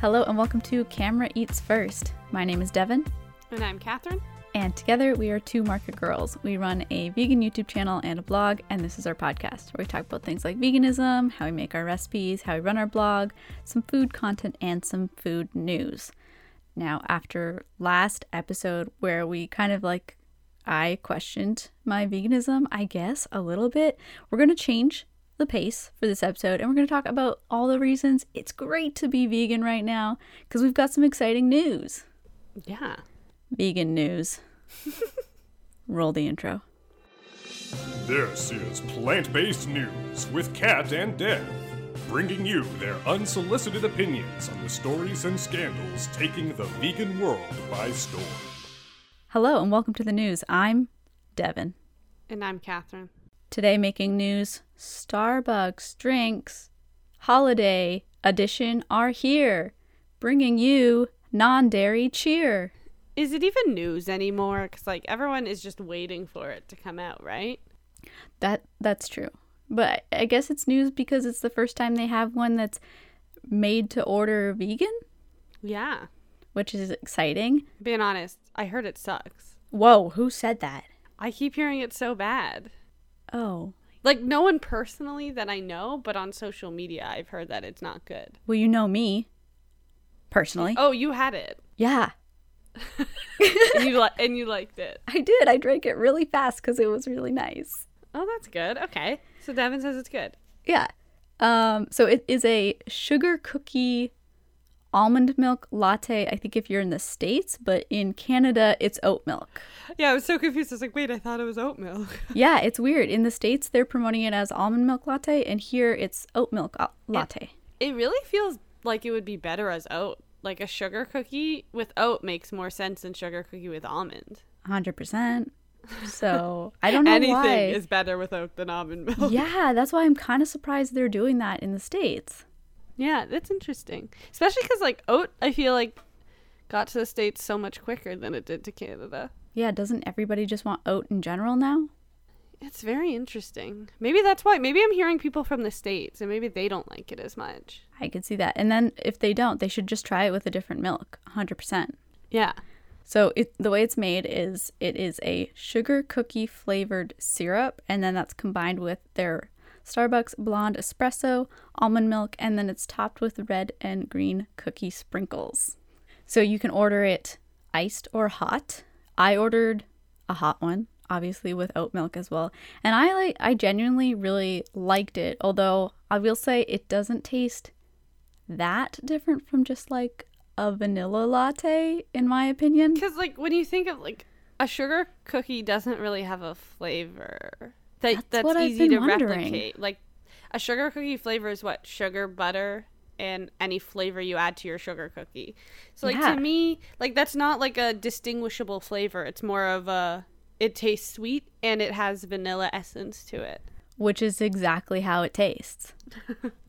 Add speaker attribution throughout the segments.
Speaker 1: Hello and welcome to Camera Eats First. My name is Devin,
Speaker 2: And I'm Catherine.
Speaker 1: and together we are two market girls. We run a vegan YouTube channel and a blog, and this is our podcast where we talk about things like veganism, how we make our recipes, how we run our blog, some food content, and some food news. Now, after last episode where we kind of like I questioned my veganism, I guess, a little bit, we're going to change the pace for this episode and we're going to talk about all the reasons it's great to be vegan right now because we've got some exciting news
Speaker 2: Yeah.
Speaker 1: vegan news. Roll the intro.
Speaker 3: This is Plant Based News with Kat and Dev, bringing you their unsolicited opinions on the stories and scandals taking the vegan world by storm.
Speaker 1: Hello and welcome to the news. I'm Devin.
Speaker 2: And I'm Catherine.
Speaker 1: Today making news, Starbucks drinks holiday edition are here, bringing you non-dairy cheer.
Speaker 2: Is it even news anymore? Because, like, everyone is just waiting for it to come out, right?
Speaker 1: That that's true. But I guess it's news because it's the first time they have one that's made to order vegan,
Speaker 2: Yeah.
Speaker 1: which is exciting.
Speaker 2: Being honest, I heard it sucks.
Speaker 1: Whoa, who said that?
Speaker 2: I keep hearing it's so bad.
Speaker 1: Oh,
Speaker 2: Like, no one personally that I know, but on social media, I've heard that it's not good.
Speaker 1: well you know me personally.
Speaker 2: Oh, you had it.
Speaker 1: Yeah.
Speaker 2: And you, li- and you liked it.
Speaker 1: I did. I drank it really fast because it was really nice.
Speaker 2: Oh, that's good. Okay. So Devin says it's good.
Speaker 1: Yeah. Um, so it is a sugar cookie almond milk latte. I think if you're in the States, but in Canada, it's oat milk.
Speaker 2: Yeah, I was so confused. I was like, wait, I thought it was oat milk.
Speaker 1: Yeah, it's weird. In the States, they're promoting it as almond milk latte, and here it's oat milk o- latte.
Speaker 2: It really feels like it would be better as oat. Like a sugar cookie with oat makes more sense than sugar cookie with almond.
Speaker 1: 100%. So I don't know
Speaker 2: Anything
Speaker 1: why.
Speaker 2: is better with oat than almond milk.
Speaker 1: yeah, that's why I'm kind of surprised they're doing that in the States.
Speaker 2: Yeah, that's interesting. Especially because like oat, I feel like got to the states so much quicker than it did to Canada.
Speaker 1: Yeah, doesn't everybody just want oat in general now?
Speaker 2: It's very interesting. Maybe that's why. Maybe I'm hearing people from the states, and maybe they don't like it as much.
Speaker 1: I could see that. And then if they don't, they should just try it with a different milk, 100%.
Speaker 2: Yeah.
Speaker 1: So it, the way it's made is it is a sugar cookie flavored syrup, and then that's combined with their Starbucks blonde espresso, almond milk, and then it's topped with red and green cookie sprinkles. So you can order it iced or hot. I ordered a hot one, obviously with oat milk as well. And I like I genuinely really liked it, although I will say it doesn't taste that different from just like a vanilla latte in my opinion.
Speaker 2: Because like when you think of like a sugar cookie doesn't really have a flavor that that's,
Speaker 1: what I've
Speaker 2: easy
Speaker 1: been
Speaker 2: to
Speaker 1: wondering.
Speaker 2: replicate. Like a sugar cookie flavor is what sugar, butter, and any flavor you add to your sugar cookie. So like
Speaker 1: Yeah.
Speaker 2: to me, like that's not like a distinguishable flavor. It's more of a it tastes sweet and it has vanilla essence to it.
Speaker 1: which is exactly how it tastes.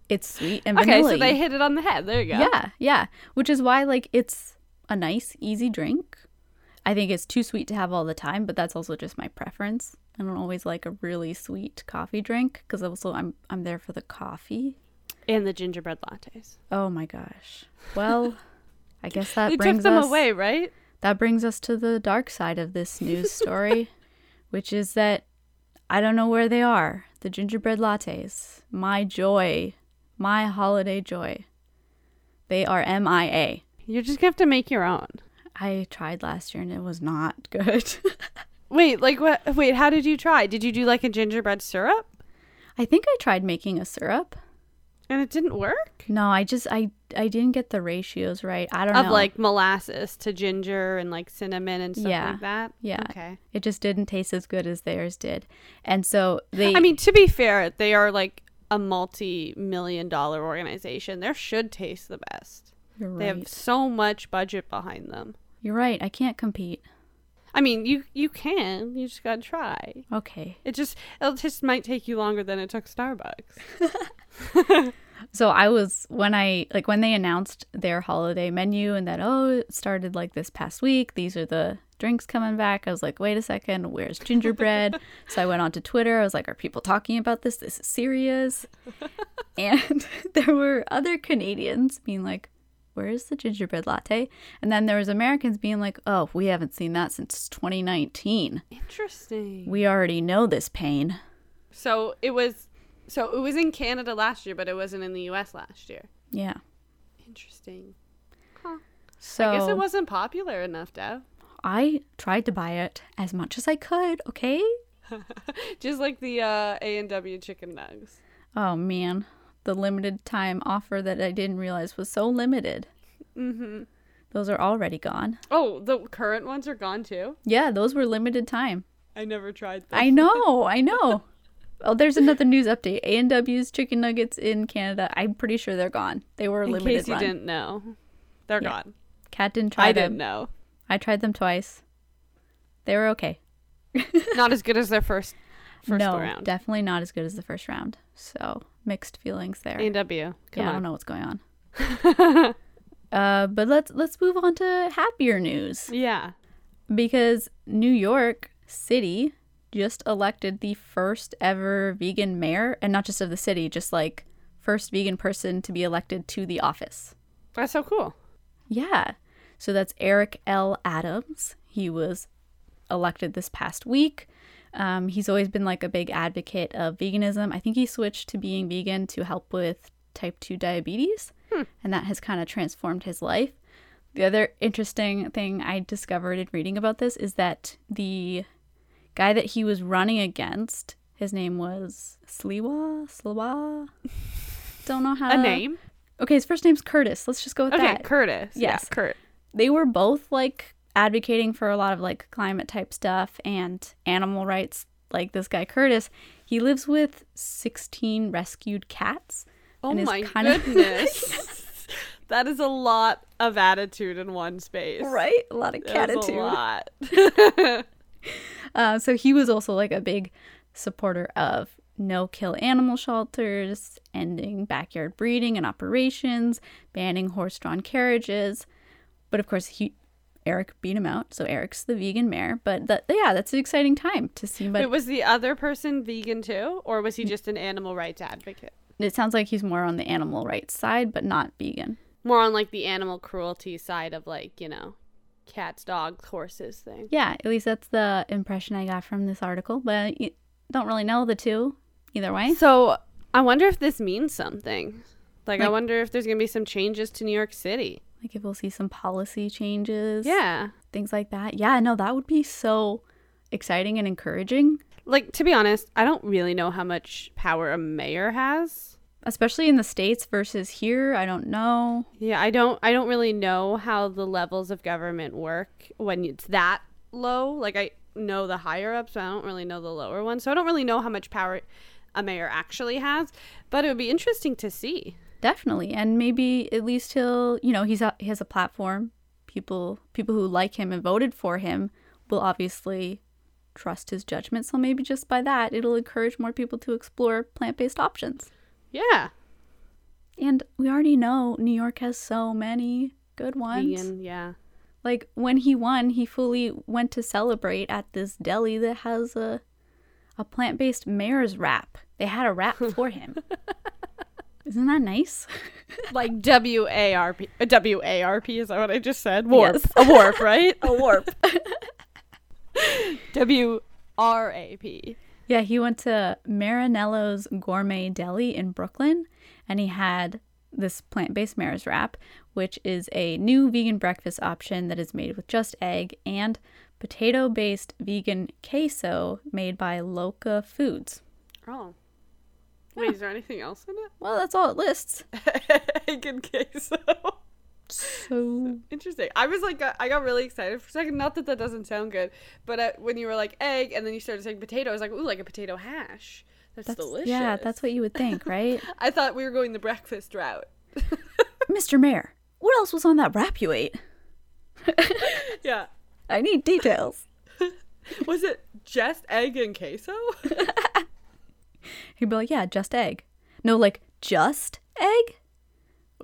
Speaker 1: it's sweet and
Speaker 2: Okay,
Speaker 1: vanilla.
Speaker 2: so they hit it on the head. There you go.
Speaker 1: yeah, yeah, which is why like it's a nice, easy drink. I think it's too sweet to have all the time, but that's also just my preference. I don't always like a really sweet coffee drink because also I'm I'm there for the coffee.
Speaker 2: And the gingerbread lattes.
Speaker 1: Oh my gosh. Well, I guess that
Speaker 2: They
Speaker 1: brings
Speaker 2: took them
Speaker 1: us
Speaker 2: away, right?
Speaker 1: that brings us to the dark side of this news story, which is that I don't know where they are. The gingerbread lattes, my joy, my holiday joy. They are MIA.
Speaker 2: You're just gonna have to make your own.
Speaker 1: I tried last year and it was not good.
Speaker 2: Wait, like what? Wait, how did you try? Did you do like a gingerbread syrup?
Speaker 1: I think I tried making a syrup.
Speaker 2: And it didn't work?
Speaker 1: No, I just I I didn't get the ratios right. I don't
Speaker 2: Of
Speaker 1: know.
Speaker 2: like molasses to ginger and like cinnamon and stuff
Speaker 1: Yeah.
Speaker 2: like that?
Speaker 1: yeah.
Speaker 2: Okay.
Speaker 1: It just didn't taste as good as theirs did. And so they
Speaker 2: I mean, to be fair, they are like a multi million dollar organization. There should taste the best.
Speaker 1: You're right.
Speaker 2: They have so much budget behind them.
Speaker 1: You're right. I can't compete.
Speaker 2: I mean, you you can. You just gotta try.
Speaker 1: Okay.
Speaker 2: It just it just might take you longer than it took Starbucks.
Speaker 1: So I was when I like when they announced their holiday menu and that oh it started like this past week. These are the drinks coming back. I was like, wait a second, where's gingerbread? so I went onto Twitter. I was like, are people talking about this? This is serious. and there were other Canadians being like, where is the gingerbread latte? And then there was Americans being like, oh, we haven't seen that since 2019.
Speaker 2: Interesting.
Speaker 1: We already know this pain.
Speaker 2: So it was, so it was in Canada last year, but it wasn't in the U.S. last year.
Speaker 1: Yeah.
Speaker 2: Interesting. Huh.
Speaker 1: So
Speaker 2: I guess it wasn't popular enough, Dev.
Speaker 1: I tried to buy it as much as I could, okay?
Speaker 2: Just like the uh, A and W chicken nugs.
Speaker 1: Oh man, the limited time offer that I didn't realize was so limited.
Speaker 2: Mm-hmm.
Speaker 1: Those are already gone.
Speaker 2: Oh, the current ones are gone too.
Speaker 1: Yeah, those were limited time.
Speaker 2: I never tried them.
Speaker 1: I know, I know. Oh, there's another news update. A and W's chicken nuggets in Canada. I'm pretty sure they're gone. They were a
Speaker 2: in
Speaker 1: limited
Speaker 2: case you
Speaker 1: run.
Speaker 2: didn't know, they're
Speaker 1: Yeah.
Speaker 2: gone.
Speaker 1: Cat didn't try
Speaker 2: I
Speaker 1: them.
Speaker 2: didn't know.
Speaker 1: I tried them twice. They were okay.
Speaker 2: Not as good as their first first
Speaker 1: no,
Speaker 2: round.
Speaker 1: definitely not as good as the first round. So mixed feelings there.
Speaker 2: A and W. Come
Speaker 1: yeah, I don't
Speaker 2: on.
Speaker 1: know what's going on. uh, but let's let's move on to happier news.
Speaker 2: Yeah.
Speaker 1: because New York City just elected the first ever vegan mayor, and not just of the city, just like first vegan person to be elected to the office.
Speaker 2: That's so cool.
Speaker 1: Yeah. So that's Eric L. Adams. He was elected this past week. Um, he's always been like a big advocate of veganism. I think he switched to being vegan to help with type 2 diabetes,
Speaker 2: Hmm.
Speaker 1: and that has kind of transformed his life. The other interesting thing I discovered in reading about this is that the guy that he was running against, his name was Sliwa? Sliwa? Don't know how
Speaker 2: A
Speaker 1: to.
Speaker 2: name.
Speaker 1: Okay, his first name's Curtis. Let's just go with
Speaker 2: Okay,
Speaker 1: Uh, that
Speaker 2: Curtis.
Speaker 1: Yes.
Speaker 2: Yeah, Kurt.
Speaker 1: they were both like advocating for a lot of like climate type stuff and animal rights like this guy curtis he lives with 16 rescued cats
Speaker 2: Oh
Speaker 1: and is
Speaker 2: my
Speaker 1: kind of-
Speaker 2: goodness. that is a lot of attitude in one space.
Speaker 1: right a lot of
Speaker 2: That is a
Speaker 1: catitude
Speaker 2: lot.
Speaker 1: uh, so he was also like a big supporter of no kill animal shelters ending backyard breeding and operations banning horse-drawn carriages but of course he eric beat him out so eric's the vegan mayor but that yeah that's an exciting time to see but
Speaker 2: Wait, was the other person vegan too, or was he just an animal rights advocate?
Speaker 1: It sounds like he's more on the animal rights side, but not vegan.
Speaker 2: More on like the animal cruelty side of like you know, cats, dogs, horses thing.
Speaker 1: Yeah, at least that's the impression I got from this article, but you don't really know the two either way.
Speaker 2: So I wonder if this means something. Like, I
Speaker 1: Like-
Speaker 2: wonder if there's gonna be some changes to New York City.
Speaker 1: Like if we'll see some policy changes,
Speaker 2: Yeah.
Speaker 1: things like that. Yeah, no, that would be so exciting and encouraging,
Speaker 2: Like to be honest, I don't really know how much power a mayor has.
Speaker 1: especially in the states versus here. I don't know.
Speaker 2: Yeah, I don't I don't really know how the levels of government work when it's that low. Like I know the higher ups, but I don't really know the lower ones. So I don't really know how much power a mayor actually has, but it would be interesting to see.
Speaker 1: Definitely, and maybe at least he'll, you know, he's a, he has a platform. People people who like him and voted for him will obviously trust his judgment. So maybe just by that, it'll encourage more people to explore plant based options.
Speaker 2: Yeah.
Speaker 1: And we already know New York has so many good ones.
Speaker 2: Vegan, yeah.
Speaker 1: Like when he won, he fully went to celebrate at this deli that has a a plant based mayor's wrap. They had a wrap for him. Isn't that nice?
Speaker 2: Like W A R P uh, W A R P is that what I just said? Warp.
Speaker 1: Yes.
Speaker 2: A warp, right?
Speaker 1: A warp.
Speaker 2: W R A P.
Speaker 1: Yeah, he went to Marinello's Gourmet Deli in Brooklyn and he had this plant based mare's wrap, which is a new vegan breakfast option that is made with just egg and potato based vegan queso made by Loca Foods.
Speaker 2: Oh. Wait, is there anything else in
Speaker 1: Well, that's all it lists.
Speaker 2: it? Egg and queso.
Speaker 1: So,
Speaker 2: Interesting. I was like, uh, I got really excited for a second. Not that that doesn't sound good, but uh, when you were like egg and then you started saying potato, I was like, ooh, like a potato hash. That's,
Speaker 1: that's,
Speaker 2: delicious.
Speaker 1: yeah, that's what you would think, right?
Speaker 2: I thought we were going the breakfast route.
Speaker 1: Mr. Mayor, what else was on that wrap you ate?
Speaker 2: yeah.
Speaker 1: I need details.
Speaker 2: Was it just egg and queso?
Speaker 1: He'd be like, yeah, just egg. No, like, just egg?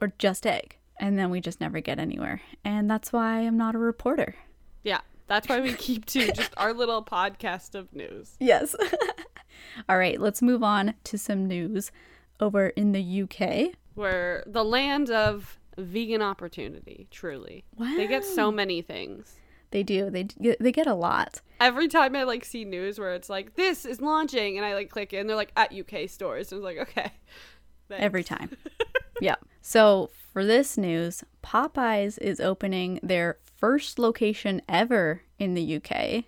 Speaker 1: Or just egg. And then we just never get anywhere. And that's why I'm not a reporter.
Speaker 2: yeah. That's why we keep to just our little podcast of news.
Speaker 1: Yes. All right, let's move on to some news over in the UK.
Speaker 2: Where the land of vegan opportunity, truly. They get so many things.
Speaker 1: They do. They d- they get a lot.
Speaker 2: Every time I like see news where it's like this is launching and I like click in, they're like at UK stores. And I was like, okay. thanks.
Speaker 1: Every time. yeah. So for this news, Popeyes is opening their first location ever in the UK.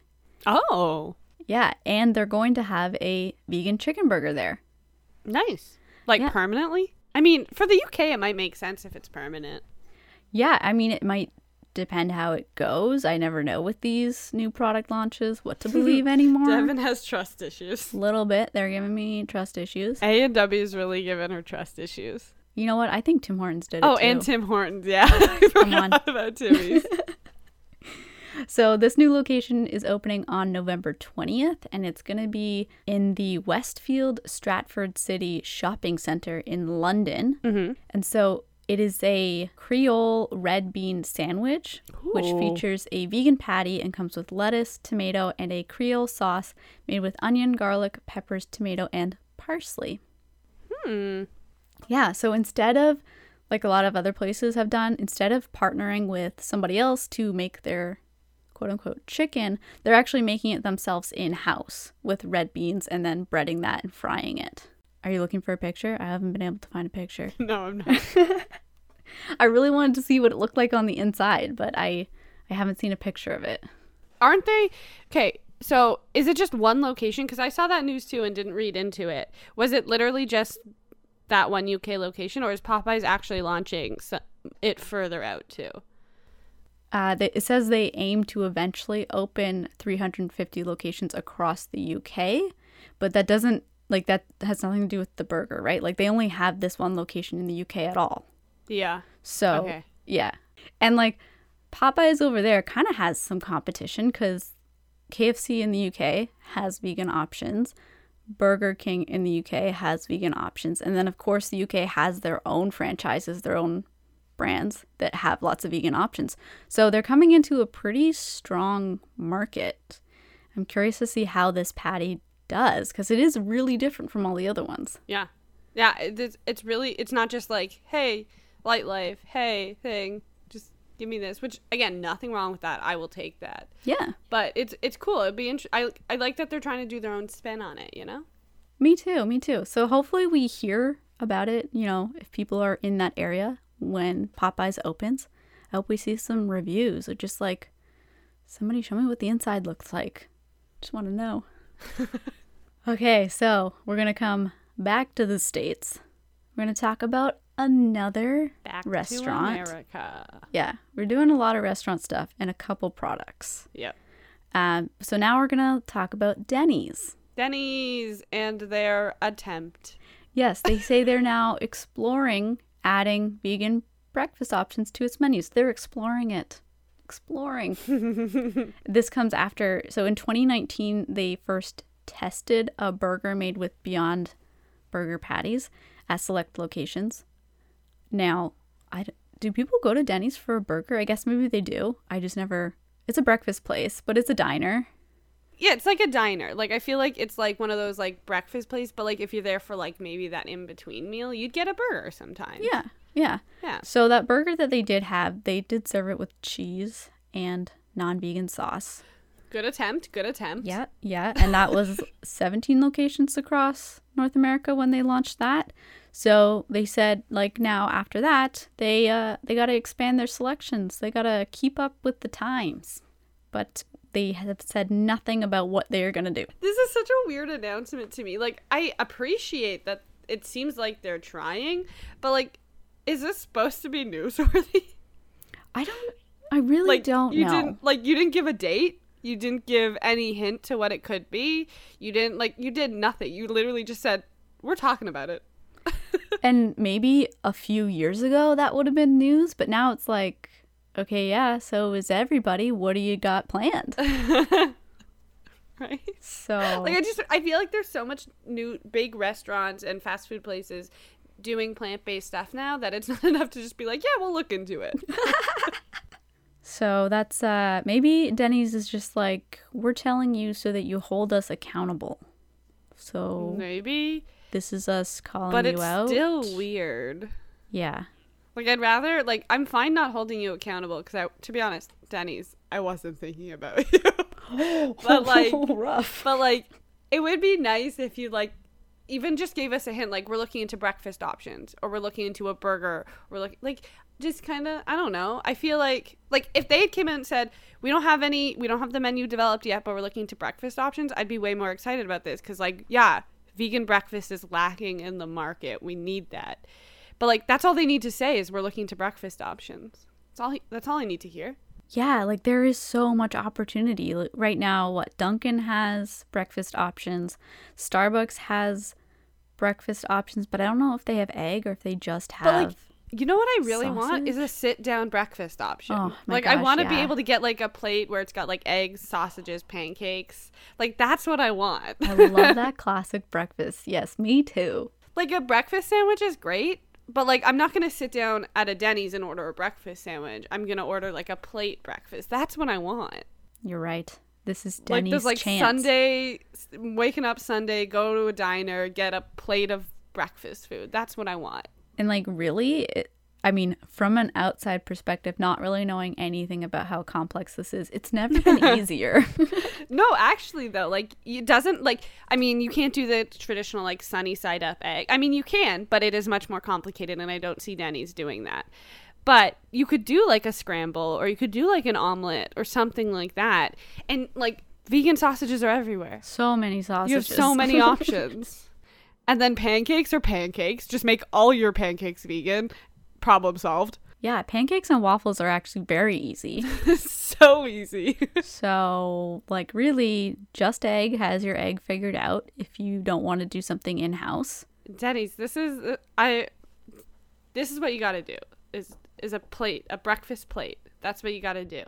Speaker 2: Oh,
Speaker 1: Yeah, and they're going to have a vegan chicken burger there.
Speaker 2: nice. Like
Speaker 1: Yeah.
Speaker 2: permanently? I mean, for the UK, it might make sense if it's permanent.
Speaker 1: Yeah, I mean it might depend how it goes. I never know with these new product launches what to believe anymore.
Speaker 2: Devin has trust issues.
Speaker 1: little bit. They're giving me trust issues.
Speaker 2: A and W's really given her trust issues.
Speaker 1: You know what? I think Tim Hortons did it
Speaker 2: Oh,
Speaker 1: too.
Speaker 2: and Tim Hortons. Yeah, I forgot about Timmy's.
Speaker 1: So this new location is opening on November 20th and it's going to be in the Westfield Stratford City Shopping Center in London. Mm-hmm. And so it is a Creole red bean sandwich, which
Speaker 2: Ooh.
Speaker 1: features a vegan patty and comes with lettuce, tomato, and a Creole sauce made with onion, garlic, peppers, tomato, and parsley. Yeah, so instead of like a lot of other places have done, instead of partnering with somebody else to make their quote unquote chicken, they're actually making it themselves in house with red beans and then breading that and frying it. Are you looking for a picture? I haven't been able to find a picture.
Speaker 2: no, I'm not.
Speaker 1: I really wanted to see what it looked like on the inside, but I I haven't seen a picture of it.
Speaker 2: Aren't they? Okay, so is it just one location? Because I saw that news too and didn't read into it. Was it literally just that one UK location, or is Popeyes actually launching so- it further out too?
Speaker 1: Uh, they, it says they aim to eventually open 350 locations across the UK, but that doesn't like that has nothing to do with the burger, right? Like they only have this one location in the UK at all.
Speaker 2: Yeah.
Speaker 1: So
Speaker 2: Okay.
Speaker 1: yeah, and like Popeyes over there kind of has some competition because KFC in the UK has vegan options. Burger King in the UK has vegan options. And then, of course, the UK has their own franchises, their own brands that have lots of vegan options. So they're coming into a pretty strong market. I'm curious to see how this patty does because it is really different from all the other ones.
Speaker 2: Yeah. Yeah. it- It's, it's really, it's not just like, hey, light life, hey, thing, just give me this, which again, nothing wrong with that. I will take that.
Speaker 1: Yeah,
Speaker 2: But it's it's cool. It'd be int- I I like that they're trying to do their own spin on it, you know?
Speaker 1: me too. Me too. So hopefully we hear about it, you know, if people are in that area when Popeyes opens. I hope we see some reviews or just like somebody show me what the inside looks like. Just want to know. okay, so we're going to come back to the States. We're going to talk about another
Speaker 2: Back
Speaker 1: restaurant.
Speaker 2: to America.
Speaker 1: Yeah, we're doing a lot of restaurant stuff and a couple products.
Speaker 2: Yep.
Speaker 1: Um, so now we're going to talk about Denny's.
Speaker 2: Denny's and their attempt.
Speaker 1: Yes, they say they're now exploring adding vegan breakfast options to its menus. They're exploring it. Exploring. this comes after, so in 2019, they first tested a burger made with Beyond Burger patties at select locations. Now, I, d- do people go to Denny's for a burger? I guess maybe they do. I just never, it's a breakfast place, but it's a diner.
Speaker 2: Yeah, it's like a diner. Like I feel like it's like one of those like breakfast place, but like if you're there for like maybe that in between meal, you'd get a burger sometimes.
Speaker 1: Yeah, yeah.
Speaker 2: Yeah.
Speaker 1: So that burger that they did have, they did serve it with cheese and non-vegan sauce.
Speaker 2: Good attempt, good attempt.
Speaker 1: Yeah, yeah, and that was 17 locations across North America when they launched that. So they said like now after that, they uh they got to expand their selections. They got to keep up with the times. But they have said nothing about what they are going to do.
Speaker 2: This is such a weird announcement to me. Like I appreciate that it seems like they're trying, but like is this supposed to be newsworthy?
Speaker 1: I don't I really
Speaker 2: like
Speaker 1: don't
Speaker 2: you
Speaker 1: know.
Speaker 2: didn't like you didn't give a date you didn't give any hint to what it could be you didn't like you did nothing you literally just said we're talking about it
Speaker 1: And maybe a few years ago that would have been news, but now it's like, okay, yeah, so is everybody. What do you got planned?
Speaker 2: right
Speaker 1: So
Speaker 2: like i just i feel like there's so much new big restaurants and fast food places doing plant-based stuff now that it's not enough to just be like yeah we'll look into it
Speaker 1: so that's uh maybe Denny's is just like we're telling you so that you hold us accountable. So
Speaker 2: maybe
Speaker 1: this is us calling
Speaker 2: but
Speaker 1: you
Speaker 2: it's
Speaker 1: out.
Speaker 2: still weird
Speaker 1: yeah.
Speaker 2: like Like I'd rather like I'm fine not holding you accountable because I, to be honest, Denny's, I wasn't thinking about you. but like,
Speaker 1: rough.
Speaker 2: but like, it would be nice if you like even just gave us a hint like we're looking into breakfast options or we're looking into a burger we're looking like just kind of i don't know i feel like like if they had came in and said we don't have any we don't have the menu developed yet but we're looking into breakfast options i'd be way more excited about this because like yeah vegan breakfast is lacking in the market we need that but like that's all they need to say is we're looking to breakfast options that's all that's all i need to hear
Speaker 1: Yeah, like there is so much opportunity Like, right now. What Dunkin' has breakfast options, Starbucks has breakfast options, but I don't know if they have egg or if they just have.
Speaker 2: But like, you know what I really want is a sit down breakfast option.
Speaker 1: Oh, my
Speaker 2: like I
Speaker 1: gosh,
Speaker 2: want to be
Speaker 1: yeah.
Speaker 2: able to get like a plate where it's got like eggs, sausages, pancakes. Like that's what I want.
Speaker 1: I love that classic breakfast. Yes, me too.
Speaker 2: like a breakfast sandwich is great, but like I'm not going to sit down at a Denny's and order a breakfast sandwich. I'm going to order like a plate breakfast. That's what I want.
Speaker 1: You're right. This is
Speaker 2: like
Speaker 1: Denny's
Speaker 2: there's like
Speaker 1: chance.
Speaker 2: Sunday waking up Sunday, go to a diner, get a plate of breakfast food. That's what I want.
Speaker 1: And like really, it, I mean, from an outside perspective, not really knowing anything about how complex this is, it's never been easier.
Speaker 2: No, actually though, like it doesn't like I mean, you can't do the traditional like sunny side up egg. I mean, you can, but it is much more complicated and I don't see Denny's doing that. But you could do like a scramble or you could do like an omelet or something like that. And like vegan sausages are everywhere.
Speaker 1: so many sausages.
Speaker 2: You have so many options. And then pancakes are pancakes. Just make all your pancakes vegan. Problem solved.
Speaker 1: yeah, pancakes and waffles are actually very easy.
Speaker 2: so easy.
Speaker 1: so, like, really, Just Egg has your egg figured out if you don't want to do something in house.
Speaker 2: Denny's, this is I. This is what you got to do is is a plate, a breakfast plate. That's what you got to do.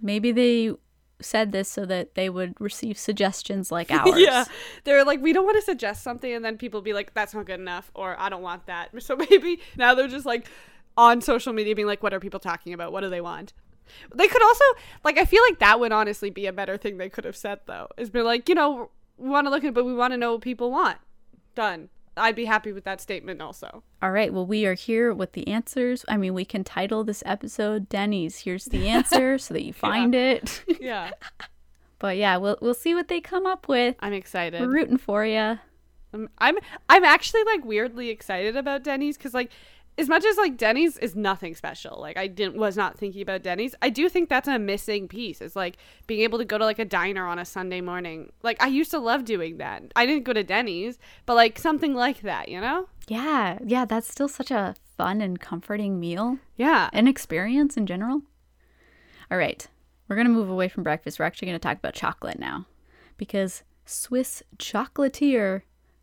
Speaker 1: Maybe they said this so that they would receive suggestions like ours.
Speaker 2: they're like we don't want to suggest something, and then people be like, "That's not good enough," or "I don't want that." So maybe now they're just like on social media being like, "What are people talking about? What do they want?" They could also like I feel like that would honestly be a better thing they could have said though is be like, you know, we want to look at, but we want to know what people want. Done. I'd be happy with that statement also.
Speaker 1: All right, well, we are here with the answers. I mean, we can title this episode Denny's Here's the Answer so that you find it.
Speaker 2: Yeah,
Speaker 1: But yeah, we'll, we'll see what they come up with.
Speaker 2: I'm excited.
Speaker 1: We're rooting for you.
Speaker 2: I'm Mm, I'm I'm actually like weirdly excited about Denny's because like as much as like Denny's is nothing special. Like I didn't was not thinking about Denny's. I do think that's a missing piece. It's like being able to go to like a diner on a Sunday morning. Like I used to love doing that. I didn't go to Denny's, but like something like that, you know?
Speaker 1: Yeah, yeah, that's still such a fun and comforting meal.
Speaker 2: Yeah.
Speaker 1: an experience in general. All right, we're going to move away from breakfast. We're actually going to talk about chocolate now because Swiss chocolatier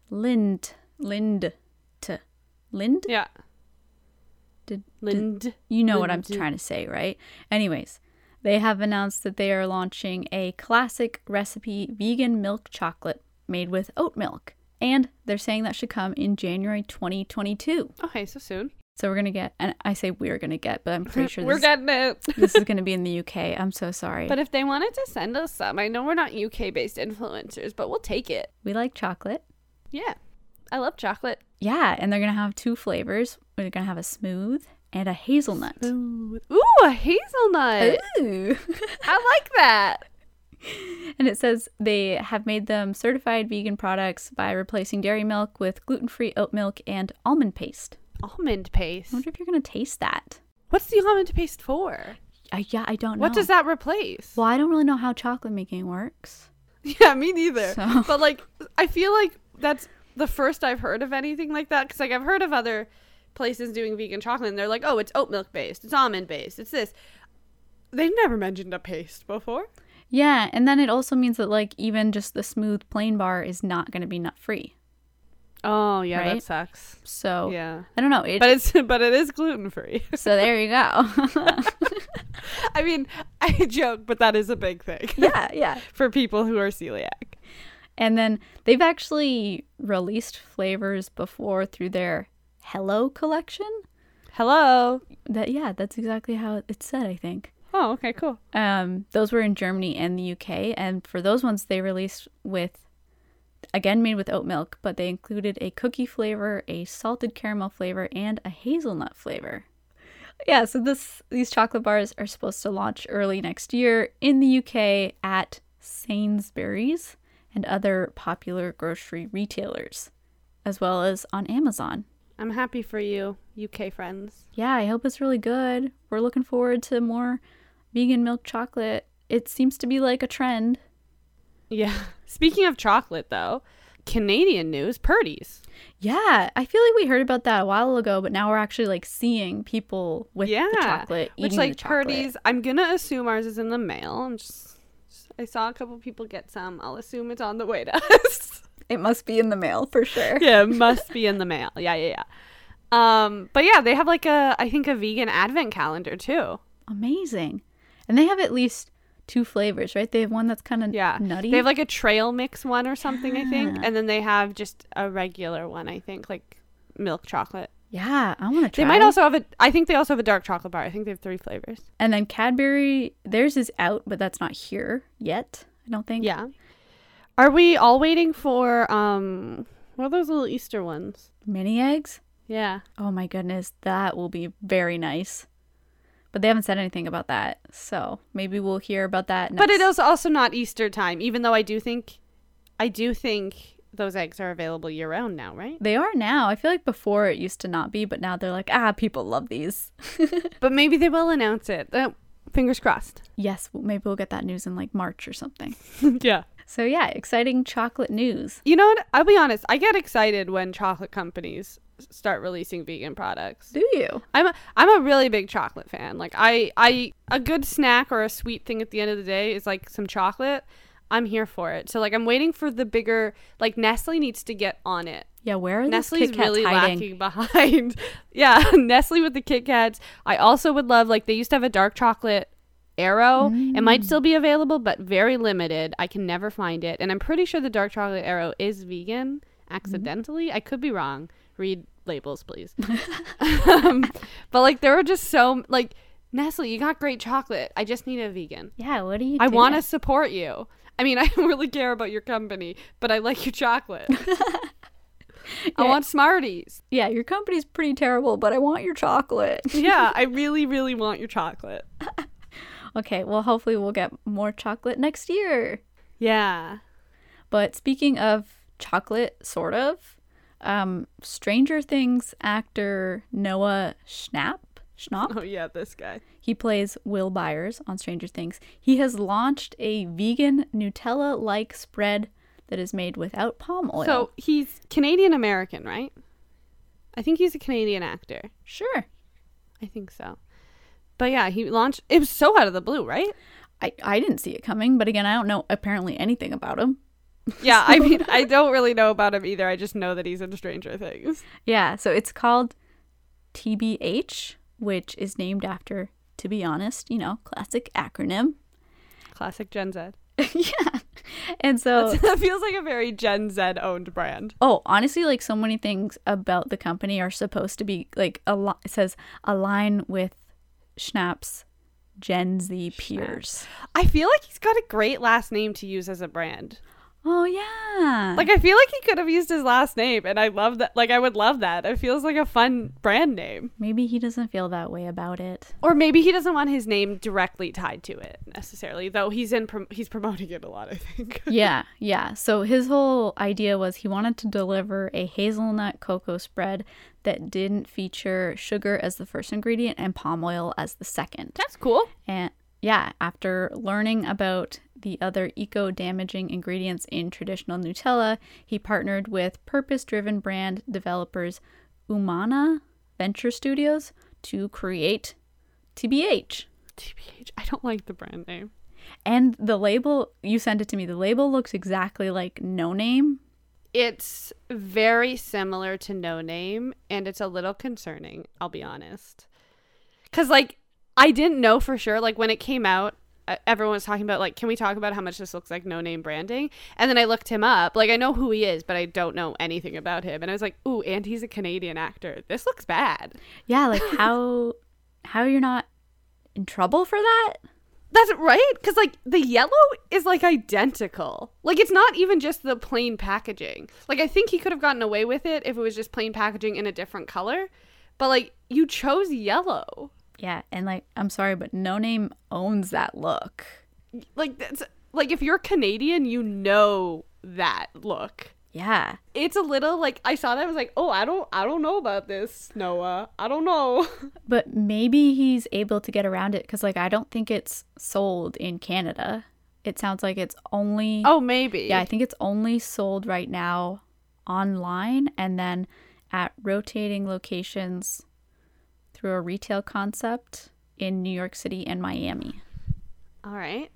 Speaker 1: Lind Lind t Lind
Speaker 2: Yeah.
Speaker 1: did, did-
Speaker 2: Lind.
Speaker 1: you know what I'm trying to say, right? Anyways, they have announced that they are launching a classic recipe vegan milk chocolate made with oat milk. And they're saying that should come in January 2022.
Speaker 2: Okay, Oh, so soon.
Speaker 1: So we're going to get, and I say we're going to get, but I'm pretty sure this
Speaker 2: We're getting it.
Speaker 1: this is going to be in the UK. I'm so sorry.
Speaker 2: But if they wanted to send us some, I know we're not UK based influencers, but we'll take it.
Speaker 1: we like chocolate.
Speaker 2: Yeah. I love chocolate.
Speaker 1: Yeah, and they're going to have two flavors. We're going to have a smooth and a hazelnut.
Speaker 2: Ooh, a hazelnut.
Speaker 1: Ooh.
Speaker 2: I like that.
Speaker 1: and it says they have made them certified vegan products by replacing dairy milk with gluten-free oat milk and almond paste.
Speaker 2: Almond paste.
Speaker 1: I wonder if you're going to taste that.
Speaker 2: What's the almond paste for?
Speaker 1: I, yeah, I don't know.
Speaker 2: What does that replace?
Speaker 1: Well, I don't really know how chocolate making works.
Speaker 2: Yeah, me neither.
Speaker 1: So-
Speaker 2: But like, I feel like that's the first I've heard of anything like that. Because like I've heard of other places doing vegan chocolate, and they're like, oh, it's oat milk based, it's almond based, it's this. They've never mentioned a paste before.
Speaker 1: Yeah, and then it also means that like even just the smooth plain bar is not going to be nut-free.
Speaker 2: Oh yeah,
Speaker 1: that Right?
Speaker 2: sucks.
Speaker 1: So
Speaker 2: Yeah,
Speaker 1: I don't know. It,
Speaker 2: but it's but it is gluten free.
Speaker 1: so there you go.
Speaker 2: I mean, I joke, but that is a big thing
Speaker 1: yeah, yeah.
Speaker 2: for people who are celiac.
Speaker 1: And then they've actually released flavors before through their Hello collection.
Speaker 2: Hello.
Speaker 1: That yeah, that's exactly how it's said, I think.
Speaker 2: Oh, okay, cool.
Speaker 1: Um, those were in Germany and the UK, and for those ones they released with again made with oat milk, but they included a cookie flavor, a salted caramel flavor, and a hazelnut flavor. yeah, so this these chocolate bars are supposed to launch early next year in the UK at Sainsbury's and other popular grocery retailers, as well as on Amazon.
Speaker 2: I'm happy for you, UK friends.
Speaker 1: Yeah, I hope it's really good. We're looking forward to more vegan milk chocolate. It seems to be like a trend.
Speaker 2: Yeah. Speaking of chocolate, though, Canadian news Purdy's.
Speaker 1: Yeah, I feel like we heard about that a while ago, but now we're actually like seeing people with
Speaker 2: yeah.
Speaker 1: the chocolate eating
Speaker 2: Which, like,
Speaker 1: the chocolate.
Speaker 2: Purdy's, I'm going to assume ours is in the mail. I'm just, just- I saw a couple people get some. I'll assume it's on the way to us.
Speaker 1: It must be in the mail for sure.
Speaker 2: yeah, it must be in the mail. Yeah, yeah, yeah. Um, but yeah, they have like a, I think, a vegan advent calendar too.
Speaker 1: Amazing. And they have at least two flavors, right? They have one that's kind of
Speaker 2: Yeah.
Speaker 1: nutty.
Speaker 2: They have like a trail mix one or something, I think. And then they have just a regular one, I think, like milk chocolate.
Speaker 1: yeah, I want to
Speaker 2: They
Speaker 1: try.
Speaker 2: might also have a, I think they also have a dark chocolate bar. I think they have three flavors.
Speaker 1: And then Cadbury, theirs is out, but that's not here yet. I don't think.
Speaker 2: Yeah. Are we all waiting for, um, what are those little Easter ones?
Speaker 1: Mini eggs.
Speaker 2: Yeah.
Speaker 1: Oh my goodness, that will be very nice. But they haven't said anything about that, so maybe we'll hear about that. Next.
Speaker 2: But it is also not Easter time, even though I do think, I do think those eggs are available year round now, right?
Speaker 1: They are now. I feel like before it used to not be, but now they're like, ah, people love these.
Speaker 2: But maybe they will announce it. Uh, fingers crossed.
Speaker 1: yes, well, maybe we'll get that news in like March or something.
Speaker 2: yeah.
Speaker 1: So yeah, exciting chocolate news.
Speaker 2: You know what? I'll be honest. I get excited when chocolate companies s- start releasing vegan products.
Speaker 1: Do you?
Speaker 2: I'm a, I'm a really big chocolate fan. Like I I a good snack or a sweet thing at the end of the day is like some chocolate. I'm here for it. So like I'm waiting for the bigger like Nestle needs to get on it.
Speaker 1: Yeah, where are
Speaker 2: Nestle's
Speaker 1: these Kit Kats
Speaker 2: really
Speaker 1: hiding?
Speaker 2: lacking behind. yeah, Nestle with the Kit Kats. I also would love like they used to have a dark chocolate arrow. It might
Speaker 1: Mm.
Speaker 2: still be available, but very limited. I can never find it, and I'm pretty sure the dark chocolate arrow is vegan.
Speaker 1: Mm-hmm.
Speaker 2: Accidentally, I could be wrong. Read labels, please. um, but like there were just so like Nestle, you got great chocolate. I just need a vegan.
Speaker 1: Yeah, what do you?
Speaker 2: I want to
Speaker 1: doing?
Speaker 2: support you. I mean, I don't really care about your company, but I like your chocolate. I
Speaker 1: Yeah.
Speaker 2: want Smarties.
Speaker 1: Yeah, your company's pretty terrible, but I want your chocolate.
Speaker 2: Yeah, I really, really want your chocolate.
Speaker 1: okay, well, hopefully we'll get more chocolate next year.
Speaker 2: Yeah.
Speaker 1: But speaking of chocolate, sort of, um, Stranger Things actor Noah Schnapp, Schnapp,
Speaker 2: Oh, yeah, this guy.
Speaker 1: he plays Will Byers on Stranger Things. He has launched a vegan Nutella-like spread that is made without palm oil.
Speaker 2: So he's Canadian American, right? I think he's a Canadian actor.
Speaker 1: sure,
Speaker 2: I think so. But yeah, he launched. It was so out of the blue, right?
Speaker 1: I I didn't see it coming, but again, I don't know apparently anything about him.
Speaker 2: Yeah, I mean, I don't really know about him either. I just know that he's in Stranger Things.
Speaker 1: Yeah, so it's called TBH, which is named after, to be honest, you know, classic acronym.
Speaker 2: Classic Gen Z.
Speaker 1: yeah. And so,
Speaker 2: that feels like a very Gen Z owned brand.
Speaker 1: oh, honestly, like so many things about the company are supposed to be like, al- it says align with Schnapp's Gen Z peers.
Speaker 2: I feel like he's got a great last name to use as a brand.
Speaker 1: Oh, yeah.
Speaker 2: Like I feel like he could have used his last name and I love that like I would love that. It feels like a fun brand name.
Speaker 1: maybe he doesn't feel that way about it.
Speaker 2: Or maybe he doesn't want his name directly tied to it necessarily, though he's in prom- he's promoting it a lot, I think.
Speaker 1: yeah, yeah. So his whole idea was he wanted to deliver a hazelnut cocoa spread that didn't feature sugar as the first ingredient and palm oil as the second.
Speaker 2: That's cool.
Speaker 1: And yeah, after learning about the other eco damaging ingredients in traditional Nutella, he partnered with purpose driven brand developers Umana Venture Studios to create TBH.
Speaker 2: TBH. I don't like the brand name.
Speaker 1: And the label, you sent it to me, the label looks exactly like No Name.
Speaker 2: It's very similar to No Name, and it's a little concerning, I'll be honest. Because, like, I didn't know for sure. Like, when it came out, uh, everyone was talking about, like, can we talk about how much this looks like No Name branding? And then I looked him up. Like, I know who he is, but I don't know anything about him. And I was like, ooh, and he's a Canadian actor. This looks bad.
Speaker 1: Yeah, like how how you're not in trouble for that?
Speaker 2: That's right. Because, like, the yellow is, like, identical. Like, it's not even just the plain packaging. Like, I think he could have gotten away with it if it was just plain packaging in a different color. But, like, you chose yellow.
Speaker 1: Yeah, and like I'm sorry, but No Name owns that look.
Speaker 2: Like that's like if you're Canadian, you know that look.
Speaker 1: Yeah,
Speaker 2: It's a little like I saw that I was like, "Oh, I don't I don't know about this, Noah. I don't know."
Speaker 1: but maybe he's able to get around it because like I don't think it's sold in Canada. It sounds like it's only
Speaker 2: Oh, maybe.
Speaker 1: Yeah, I think it's only sold right now online and then at rotating locations through a retail concept in New York City and Miami.
Speaker 2: All right.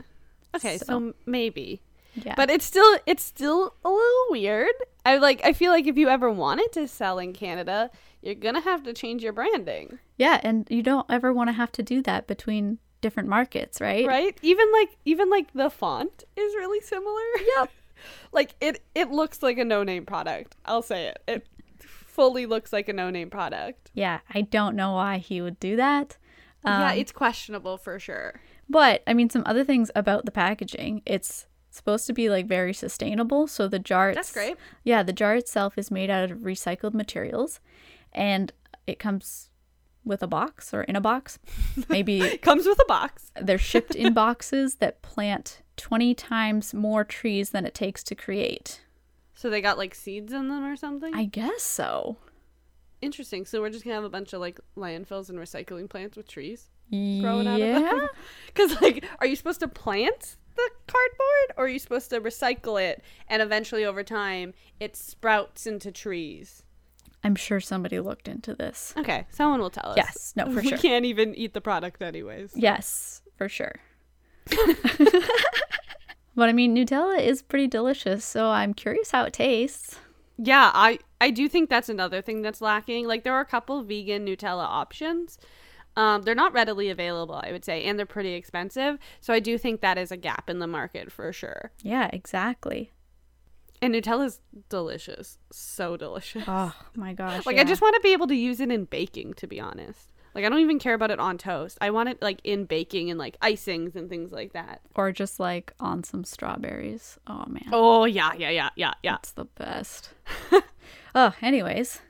Speaker 2: Okay, so,
Speaker 1: So-
Speaker 2: maybe.
Speaker 1: Yeah.
Speaker 2: But it's still it's still a little weird. I like I feel like if you ever wanted to sell in Canada, you're going to have to change your branding,
Speaker 1: yeah, and you don't ever want to have to do that between different markets, right?
Speaker 2: right? Even like even like the font is really similar. Yep. like it it looks like a no-name product. I'll say it. It fully looks like a no-name product.
Speaker 1: Yeah, I don't know why he would do that.
Speaker 2: yeah, it's questionable for sure.
Speaker 1: But I mean, some other things about the packaging. It's supposed to be like very sustainable. So the jar.
Speaker 2: That's
Speaker 1: it's-
Speaker 2: great.
Speaker 1: Yeah, the jar itself is made out of recycled materials, and it comes with a box or in a box. Maybe
Speaker 2: Comes with a box.
Speaker 1: they're shipped in boxes that plant 20 times more trees than it takes to create.
Speaker 2: So they got like seeds in them or something?
Speaker 1: I guess so.
Speaker 2: Interesting. So we're just going to have a bunch of like landfills and recycling plants with trees. growing out of
Speaker 1: Yeah.
Speaker 2: them. Because, like, are you supposed to plant the cardboard or are you supposed to recycle it and eventually over time it sprouts into trees?
Speaker 1: I'm sure somebody looked into this.
Speaker 2: Okay, someone will tell us.
Speaker 1: Yes, no, for
Speaker 2: we
Speaker 1: sure.
Speaker 2: can't even eat the product anyways.
Speaker 1: Yes, for sure. but I mean, Nutella is pretty delicious, so I'm curious how it tastes.
Speaker 2: Yeah, I I do think that's another thing that's lacking. Like there are a couple vegan Nutella options. Um, they're not readily available, I would say, and they're pretty expensive. So I do think that is a gap in the market for sure.
Speaker 1: Yeah, exactly.
Speaker 2: And Nutella's delicious, so delicious.
Speaker 1: Oh my gosh.
Speaker 2: Like I just want to be able to use it in baking, to be honest. Like I don't even care about it on toast. I want it like in baking and like icings and things like that.
Speaker 1: or just like on some strawberries. Oh man.
Speaker 2: Oh yeah, yeah, yeah, yeah, yeah.
Speaker 1: That's the best. oh, anyways,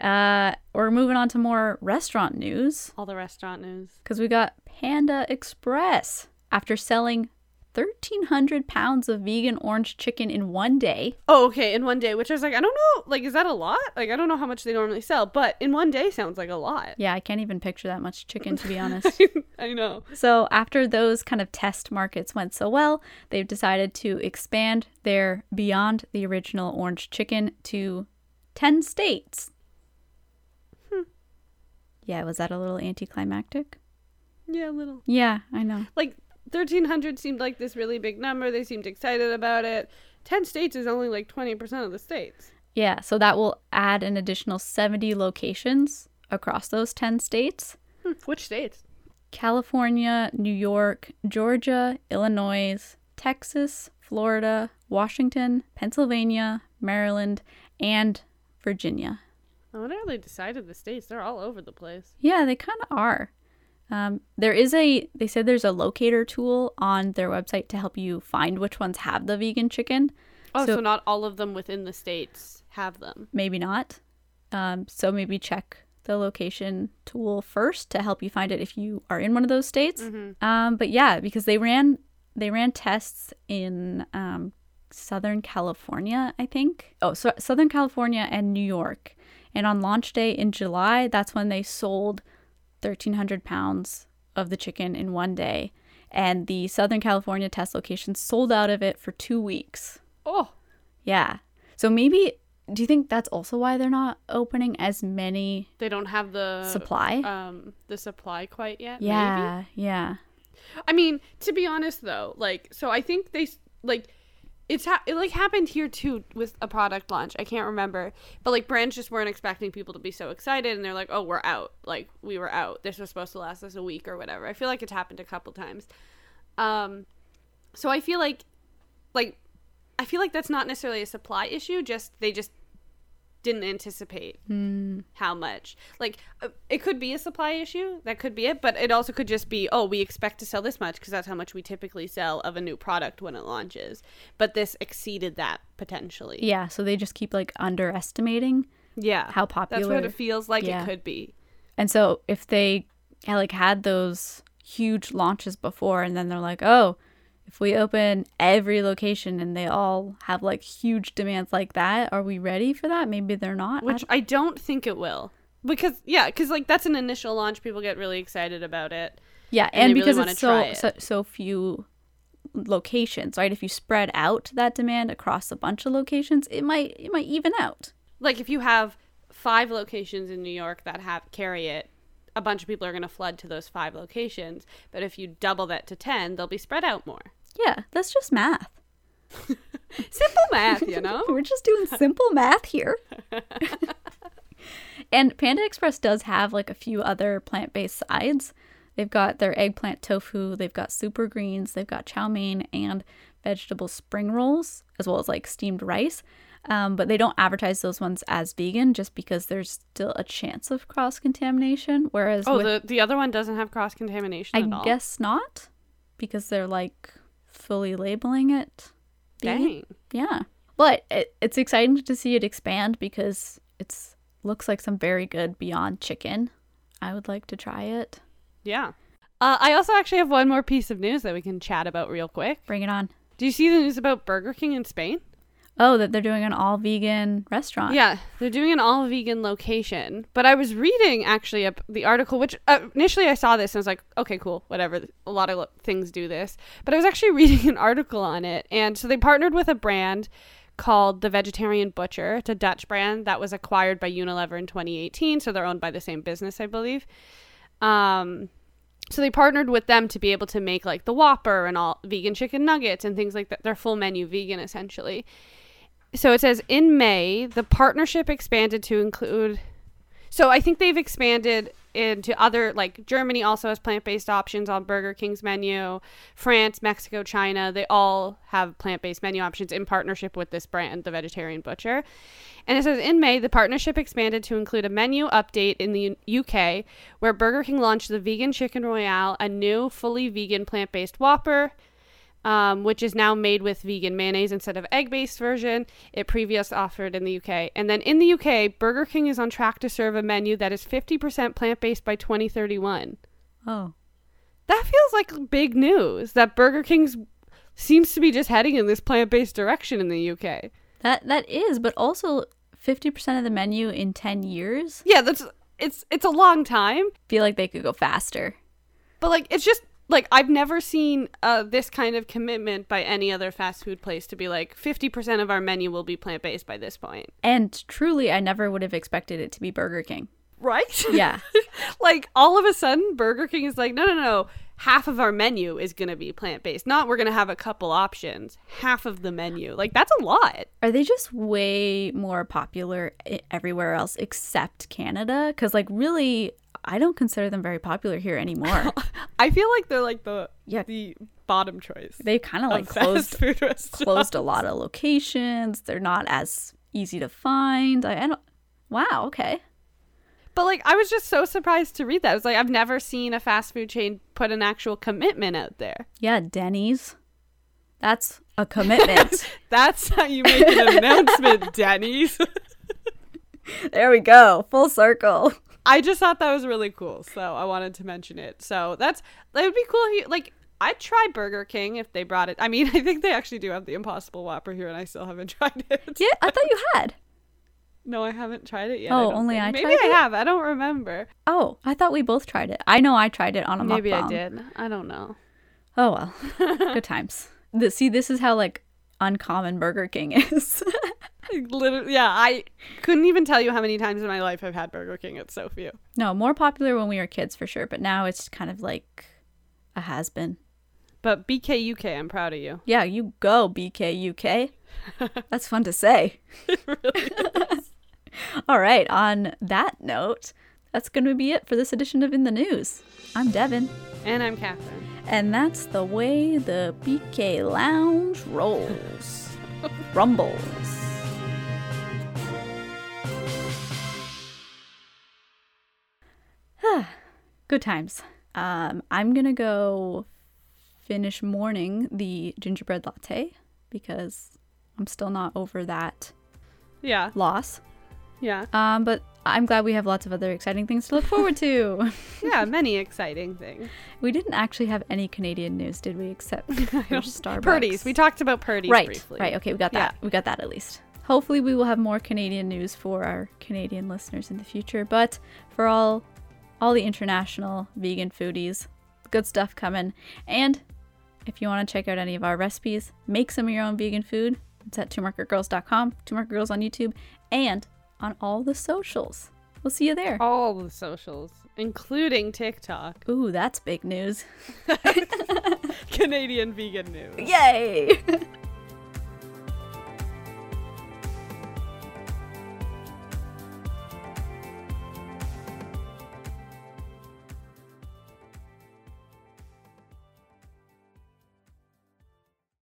Speaker 1: uh we're moving on to more restaurant news
Speaker 2: All the restaurant news.
Speaker 1: cuz we got Panda Express after selling 1300 pounds of vegan orange chicken in one day.
Speaker 2: Oh, okay. In one day, which I was like, I don't know. Like, is that a lot? Like, I don't know how much they normally sell, but in one day sounds like a lot.
Speaker 1: Yeah, I can't even picture that much chicken to be honest.
Speaker 2: I know.
Speaker 1: So, after those kind of test markets went so well, they've decided to expand their Beyond the Original Orange Chicken to 10 states. Hmm. Yeah, was that a little anticlimactic?
Speaker 2: Yeah, a little.
Speaker 1: Yeah, I know.
Speaker 2: Like, 1,300 seemed like this really big number. They seemed excited about it. 10 states is only like 20% of the states.
Speaker 1: Yeah, so that will add an additional 70 locations across those 10 states
Speaker 2: Hmm. Which states?
Speaker 1: California, New York, Georgia, Illinois, Texas, Florida, Washington, Pennsylvania, Maryland, and Virginia.
Speaker 2: I wonder how they decided the states. They're all over the place.
Speaker 1: Yeah, they kind of are. Um, there is a, they said there's a locator tool on their website to help you find which ones have the vegan chicken.
Speaker 2: Oh, so,
Speaker 1: So-
Speaker 2: not all of them within the states have them.
Speaker 1: Maybe not. Um, so maybe check the location tool first to help you find it if you are in one of those states. Um, but yeah, because they ran they ran tests in um, Southern California, I think. Oh, so Southern California and New York. And on launch day in July, that's when they sold 1,300 pounds of the chicken in one day. And the Southern California test location sold out of it for two weeks.
Speaker 2: Oh,
Speaker 1: Yeah. So maybe, do you think that's also why they're not opening as many
Speaker 2: they don't have the
Speaker 1: supply?
Speaker 2: Um, the supply quite yet. Maybe?
Speaker 1: yeah. Yeah.
Speaker 2: I mean, to be honest though, like so I think they s- like it's ha- it like happened here too with a product launch. I can't remember, but like brands just weren't expecting people to be so excited, and they're like, "Oh, we're out! Like we were out. This was supposed to last us a week or whatever." I feel like it's happened a couple times. Um, so I feel like, like, I feel like that's not necessarily a supply issue. Just they just didn't anticipate
Speaker 1: Hmm.
Speaker 2: how much. Like, uh, it could be a supply issue. That could be it. But it also could just be, oh, we expect to sell this much because that's how much we typically sell of a new product when it launches. But this exceeded that potentially.
Speaker 1: Yeah. So they just keep like underestimating.
Speaker 2: Yeah.
Speaker 1: How
Speaker 2: That's what
Speaker 1: popular-
Speaker 2: it feels like
Speaker 1: yeah.
Speaker 2: it could be.
Speaker 1: And so if they I like had those huge launches before, and then they're like, oh, if we open every location and they all have like huge demands like that, are we ready for that? Maybe they're not. I
Speaker 2: which I don't think it will. Because yeah, because like that's an initial launch. People get really excited about it.
Speaker 1: Yeah,
Speaker 2: and
Speaker 1: and,
Speaker 2: they really
Speaker 1: because
Speaker 2: wanna
Speaker 1: it's
Speaker 2: try
Speaker 1: so,
Speaker 2: it.
Speaker 1: so so few locations, right? If you spread out that demand across a bunch of locations, it might it might even out.
Speaker 2: Like if you have five locations in New York that have carry it, a bunch of people are going to flood to those five locations. But if you double that to ten, they'll be spread out more.
Speaker 1: Yeah, that's just math.
Speaker 2: Simple math, you know.
Speaker 1: We're just doing simple math here. and Panda Express does have like a few other plant based sides. They've got their eggplant tofu, they've got super greens, they've got chow mein and vegetable spring rolls, as well as like steamed rice. Um, but they don't advertise those ones as vegan just because there's still a chance of cross contamination. Whereas
Speaker 2: Oh,
Speaker 1: with,
Speaker 2: the the other one doesn't have cross contamination
Speaker 1: I
Speaker 2: at all.
Speaker 1: guess not because they're like fully labeling it. vegan.
Speaker 2: Dang.
Speaker 1: Yeah. But it, it's exciting to see it expand because it's looks like some very good beyond chicken. I would like to try it.
Speaker 2: Yeah. Uh, I also actually have one more piece of news that we can chat about real quick.
Speaker 1: Bring it on.
Speaker 2: Do you see the news about Burger King in Spain?
Speaker 1: Oh, that they're doing an all vegan restaurant.
Speaker 2: Yeah, they're doing an all vegan location. But I was reading actually up the article, which uh, initially I saw this and I was like, okay, cool, whatever. A lot of lo- things do this. But I was actually reading an article on it. And so they partnered with a brand called The Vegetarian Butcher. It's a Dutch brand that was acquired by Unilever in 2018. So they're owned by the same business, I believe. Um, so they partnered with them to be able to make like the Whopper and all vegan chicken nuggets and things like that. They're full menu vegan essentially so it says in May the partnership expanded to include. So I think they've expanded into other like Germany also has plant based options on Burger King's menu, France, Mexico, China. They all have plant based menu options in partnership with this brand, the Vegetarian Butcher. And it says in May the partnership expanded to include a menu update in the U- UK, where Burger King launched the vegan chicken royale, a new fully vegan plant based Whopper um, which is now made with vegan mayonnaise instead of egg-based version it previous offered in the UK. And then in the UK, Burger King is on track to serve a menu that is 50% plant-based by 2031.
Speaker 1: Oh.
Speaker 2: That feels like big news that Burger King's seems to be just heading in this plant-based direction in the UK.
Speaker 1: That that is, but also 50% of the menu in 10 years.
Speaker 2: Yeah, that's it's it's a long time,
Speaker 1: Feel like they could go faster.
Speaker 2: but like it's just like I've never seen uh, this kind of commitment by any other fast food place to be like 50% of our menu will be plant-based by this point.
Speaker 1: And truly, I never would have expected it to be Burger King.
Speaker 2: Right?
Speaker 1: Yeah.
Speaker 2: like all of a sudden burger king is like no no no half of our menu is going to be plant-based not we're going to have a couple options half of the menu like that's a lot
Speaker 1: Are they just way more popular i- everywhere else except Canada? Because, like, really, I don't consider them very popular here anymore.
Speaker 2: i feel like they're like the
Speaker 1: Yeah.
Speaker 2: the bottom choice
Speaker 1: They've kind of like
Speaker 2: of fast
Speaker 1: closed
Speaker 2: food restaurants
Speaker 1: closed a lot of locations. They're not as easy to find. I, I don't. Wow. Okay.
Speaker 2: but like i was just so surprised to read that i was like i've never seen a fast food chain put an actual commitment out there
Speaker 1: Yeah, Denny's. That's a commitment.
Speaker 2: that's how you make an announcement denny's
Speaker 1: there we go. Full circle.
Speaker 2: I just thought that was really cool, so I wanted to mention it. So that's that would be cool. If you, like I'd try Burger King if they brought it. I mean, I think they actually do have the Impossible Whopper here, and I still haven't tried it.
Speaker 1: Yeah, I thought you had.
Speaker 2: No, I haven't tried it yet.
Speaker 1: Oh,
Speaker 2: don't
Speaker 1: only
Speaker 2: think.
Speaker 1: I
Speaker 2: Maybe
Speaker 1: tried
Speaker 2: I
Speaker 1: it?
Speaker 2: have. I don't remember.
Speaker 1: Oh, I thought we both tried it. I know I tried it on a
Speaker 2: Maybe I
Speaker 1: mukbang.
Speaker 2: did. I don't know.
Speaker 1: Oh well, good times. The, see, this is how like uncommon Burger King is.
Speaker 2: Literally, yeah. I couldn't even tell you how many times in my life I've had Burger King. It's so few.
Speaker 1: no, more popular when we were kids for sure, but now it's kind of like a has been.
Speaker 2: But BKUK, I'm proud of you.
Speaker 1: Yeah, you go BKUK. That's fun to say. All right. On that note, that's going to be it for this edition of In the News. I'm Devin,
Speaker 2: And I'm Catherine.
Speaker 1: and that's the way the BK Lounge rolls, rumbles. Ah, Good times. Um, I'm gonna go finish morning the gingerbread latte because I'm still not over that
Speaker 2: Yeah,
Speaker 1: loss.
Speaker 2: yeah.
Speaker 1: Um, but I'm glad we have lots of other exciting things to look forward to.
Speaker 2: Yeah, many exciting things.
Speaker 1: we didn't actually have any Canadian news, did we? Except for Starbucks.
Speaker 2: Purdy's. We talked about Purdy's
Speaker 1: right,
Speaker 2: briefly.
Speaker 1: right. Okay, we got that. We got that at least. Hopefully, we will have more Canadian news for our Canadian listeners in the future. But for all, all the international vegan foodies, good stuff coming. And if you want to check out any of our recipes, make some of your own vegan food. It's at twomarkergirls.com, Two Marker Girls on YouTube, and on all the socials. We'll see you there.
Speaker 2: All the socials, including TikTok.
Speaker 1: Ooh, that's big news.
Speaker 2: Canadian vegan news.
Speaker 1: Yay!